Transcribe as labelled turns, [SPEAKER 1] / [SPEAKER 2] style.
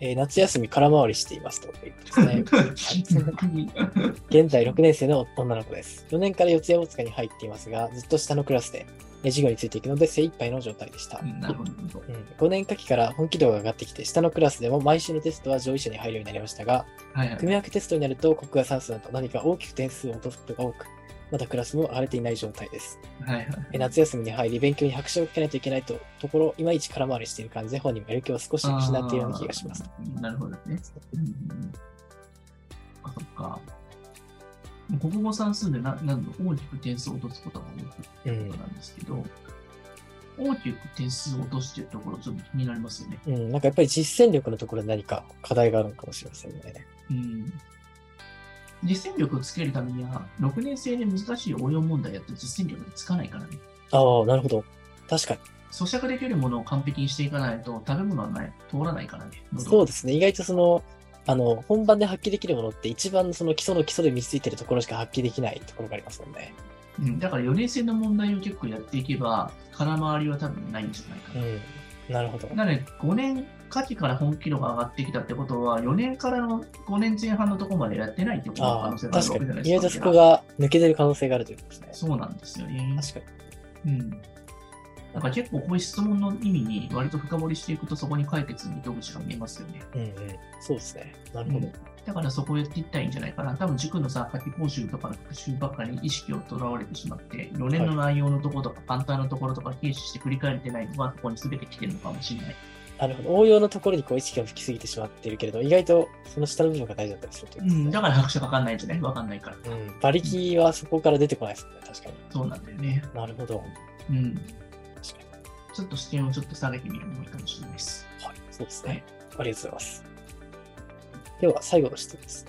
[SPEAKER 1] えー夏休み空回りしていますということですね。現在6年生の女の子です。4年から四谷大塚に入っていますが、ずっと下のクラスで、えー授業についていくので精一杯の状態でした。
[SPEAKER 2] なるほど。
[SPEAKER 1] うん、5年夏期から本気度が上がってきて、下のクラスでも毎週のテストは上位者に入るようになりましたが、
[SPEAKER 2] はいはい。
[SPEAKER 1] 組み分けテストになると国語や算数など何か大きく点数を落とすことが多く、まだクラスも荒れていない状態です。
[SPEAKER 2] はいはい。
[SPEAKER 1] え夏休みに入り、勉強に拍車をかけないといけないとところ、いまいち空回りしている感じで、本人もやる気を少し失っているような気がします。
[SPEAKER 2] あー。なるほどね。うんうんそっかそっか。国語算数でな何度大きく点数を落とすことが多く
[SPEAKER 1] う
[SPEAKER 2] というんことなんですけど、大きく点数を落としてるところ、ちょっと気になりますよね。
[SPEAKER 1] うん、なんかやっぱり実践力のところで何か課題があるのかもしれませんね。
[SPEAKER 2] うん。実践力をつけるためには、6年生で難しい応用問題やって実践力につかないからね。
[SPEAKER 1] ああ、なるほど。確か
[SPEAKER 2] 咀嚼できるものを完璧にしていかないと、食べ物はない通らないからね。
[SPEAKER 1] に。そう
[SPEAKER 2] す。
[SPEAKER 1] ですね。意外とその、あの、本番で発揮できるものって一番その基礎の基礎で身についてるところしか発揮できないところがありますもんね。
[SPEAKER 2] うん、だから4年生の問題を結構やっていけば、空回りは多分ないんじゃないかな。
[SPEAKER 1] うん。なるほど。
[SPEAKER 2] なので、5年夏季から本気度が上がってきたってことは、4年からの5年前半のところまでやってないってことの可
[SPEAKER 1] あ
[SPEAKER 2] 能
[SPEAKER 1] あ、
[SPEAKER 2] 性がある
[SPEAKER 1] 確か
[SPEAKER 2] わけじゃない
[SPEAKER 1] に。
[SPEAKER 2] で
[SPEAKER 1] 意外と
[SPEAKER 2] すか。
[SPEAKER 1] そこが抜けてる可能性があるということですね。
[SPEAKER 2] そうなんですよね。
[SPEAKER 1] 確かに。
[SPEAKER 2] うん。なんか結構こういう質問の意味に割と深掘りしていくと、そこに解決の糸口が見えますよね。
[SPEAKER 1] うんうん、そうですね。なるほど。
[SPEAKER 2] うんだからそこをやっていったらいいんじゃないかな。多分塾のさ、夏季講習とかの復習ばっかりに意識をとらわれてしまって、4年の内容のところとか、簡単なところとか、軽視して振り返れてないのが、ここに全て来てるのかもしれない。
[SPEAKER 1] なるほど。応用のところにこう意識が向きすぎてしまっているけれど、意外とその下の部分が大事だったりするといううことです
[SPEAKER 2] ん、
[SPEAKER 1] ね
[SPEAKER 2] だ。から拍車かかんないんじゃないわかんないから。
[SPEAKER 1] うん、馬力はそこから出てこないですね。確かに。
[SPEAKER 2] そうなんだよね。
[SPEAKER 1] なるほど。
[SPEAKER 2] うん。
[SPEAKER 1] 確かに。
[SPEAKER 2] ちょっと視点をちょっと下げてみるのもいいかもしれないです。
[SPEAKER 1] はい、そうですね。ありがとうございます。では、最後の質問ですね。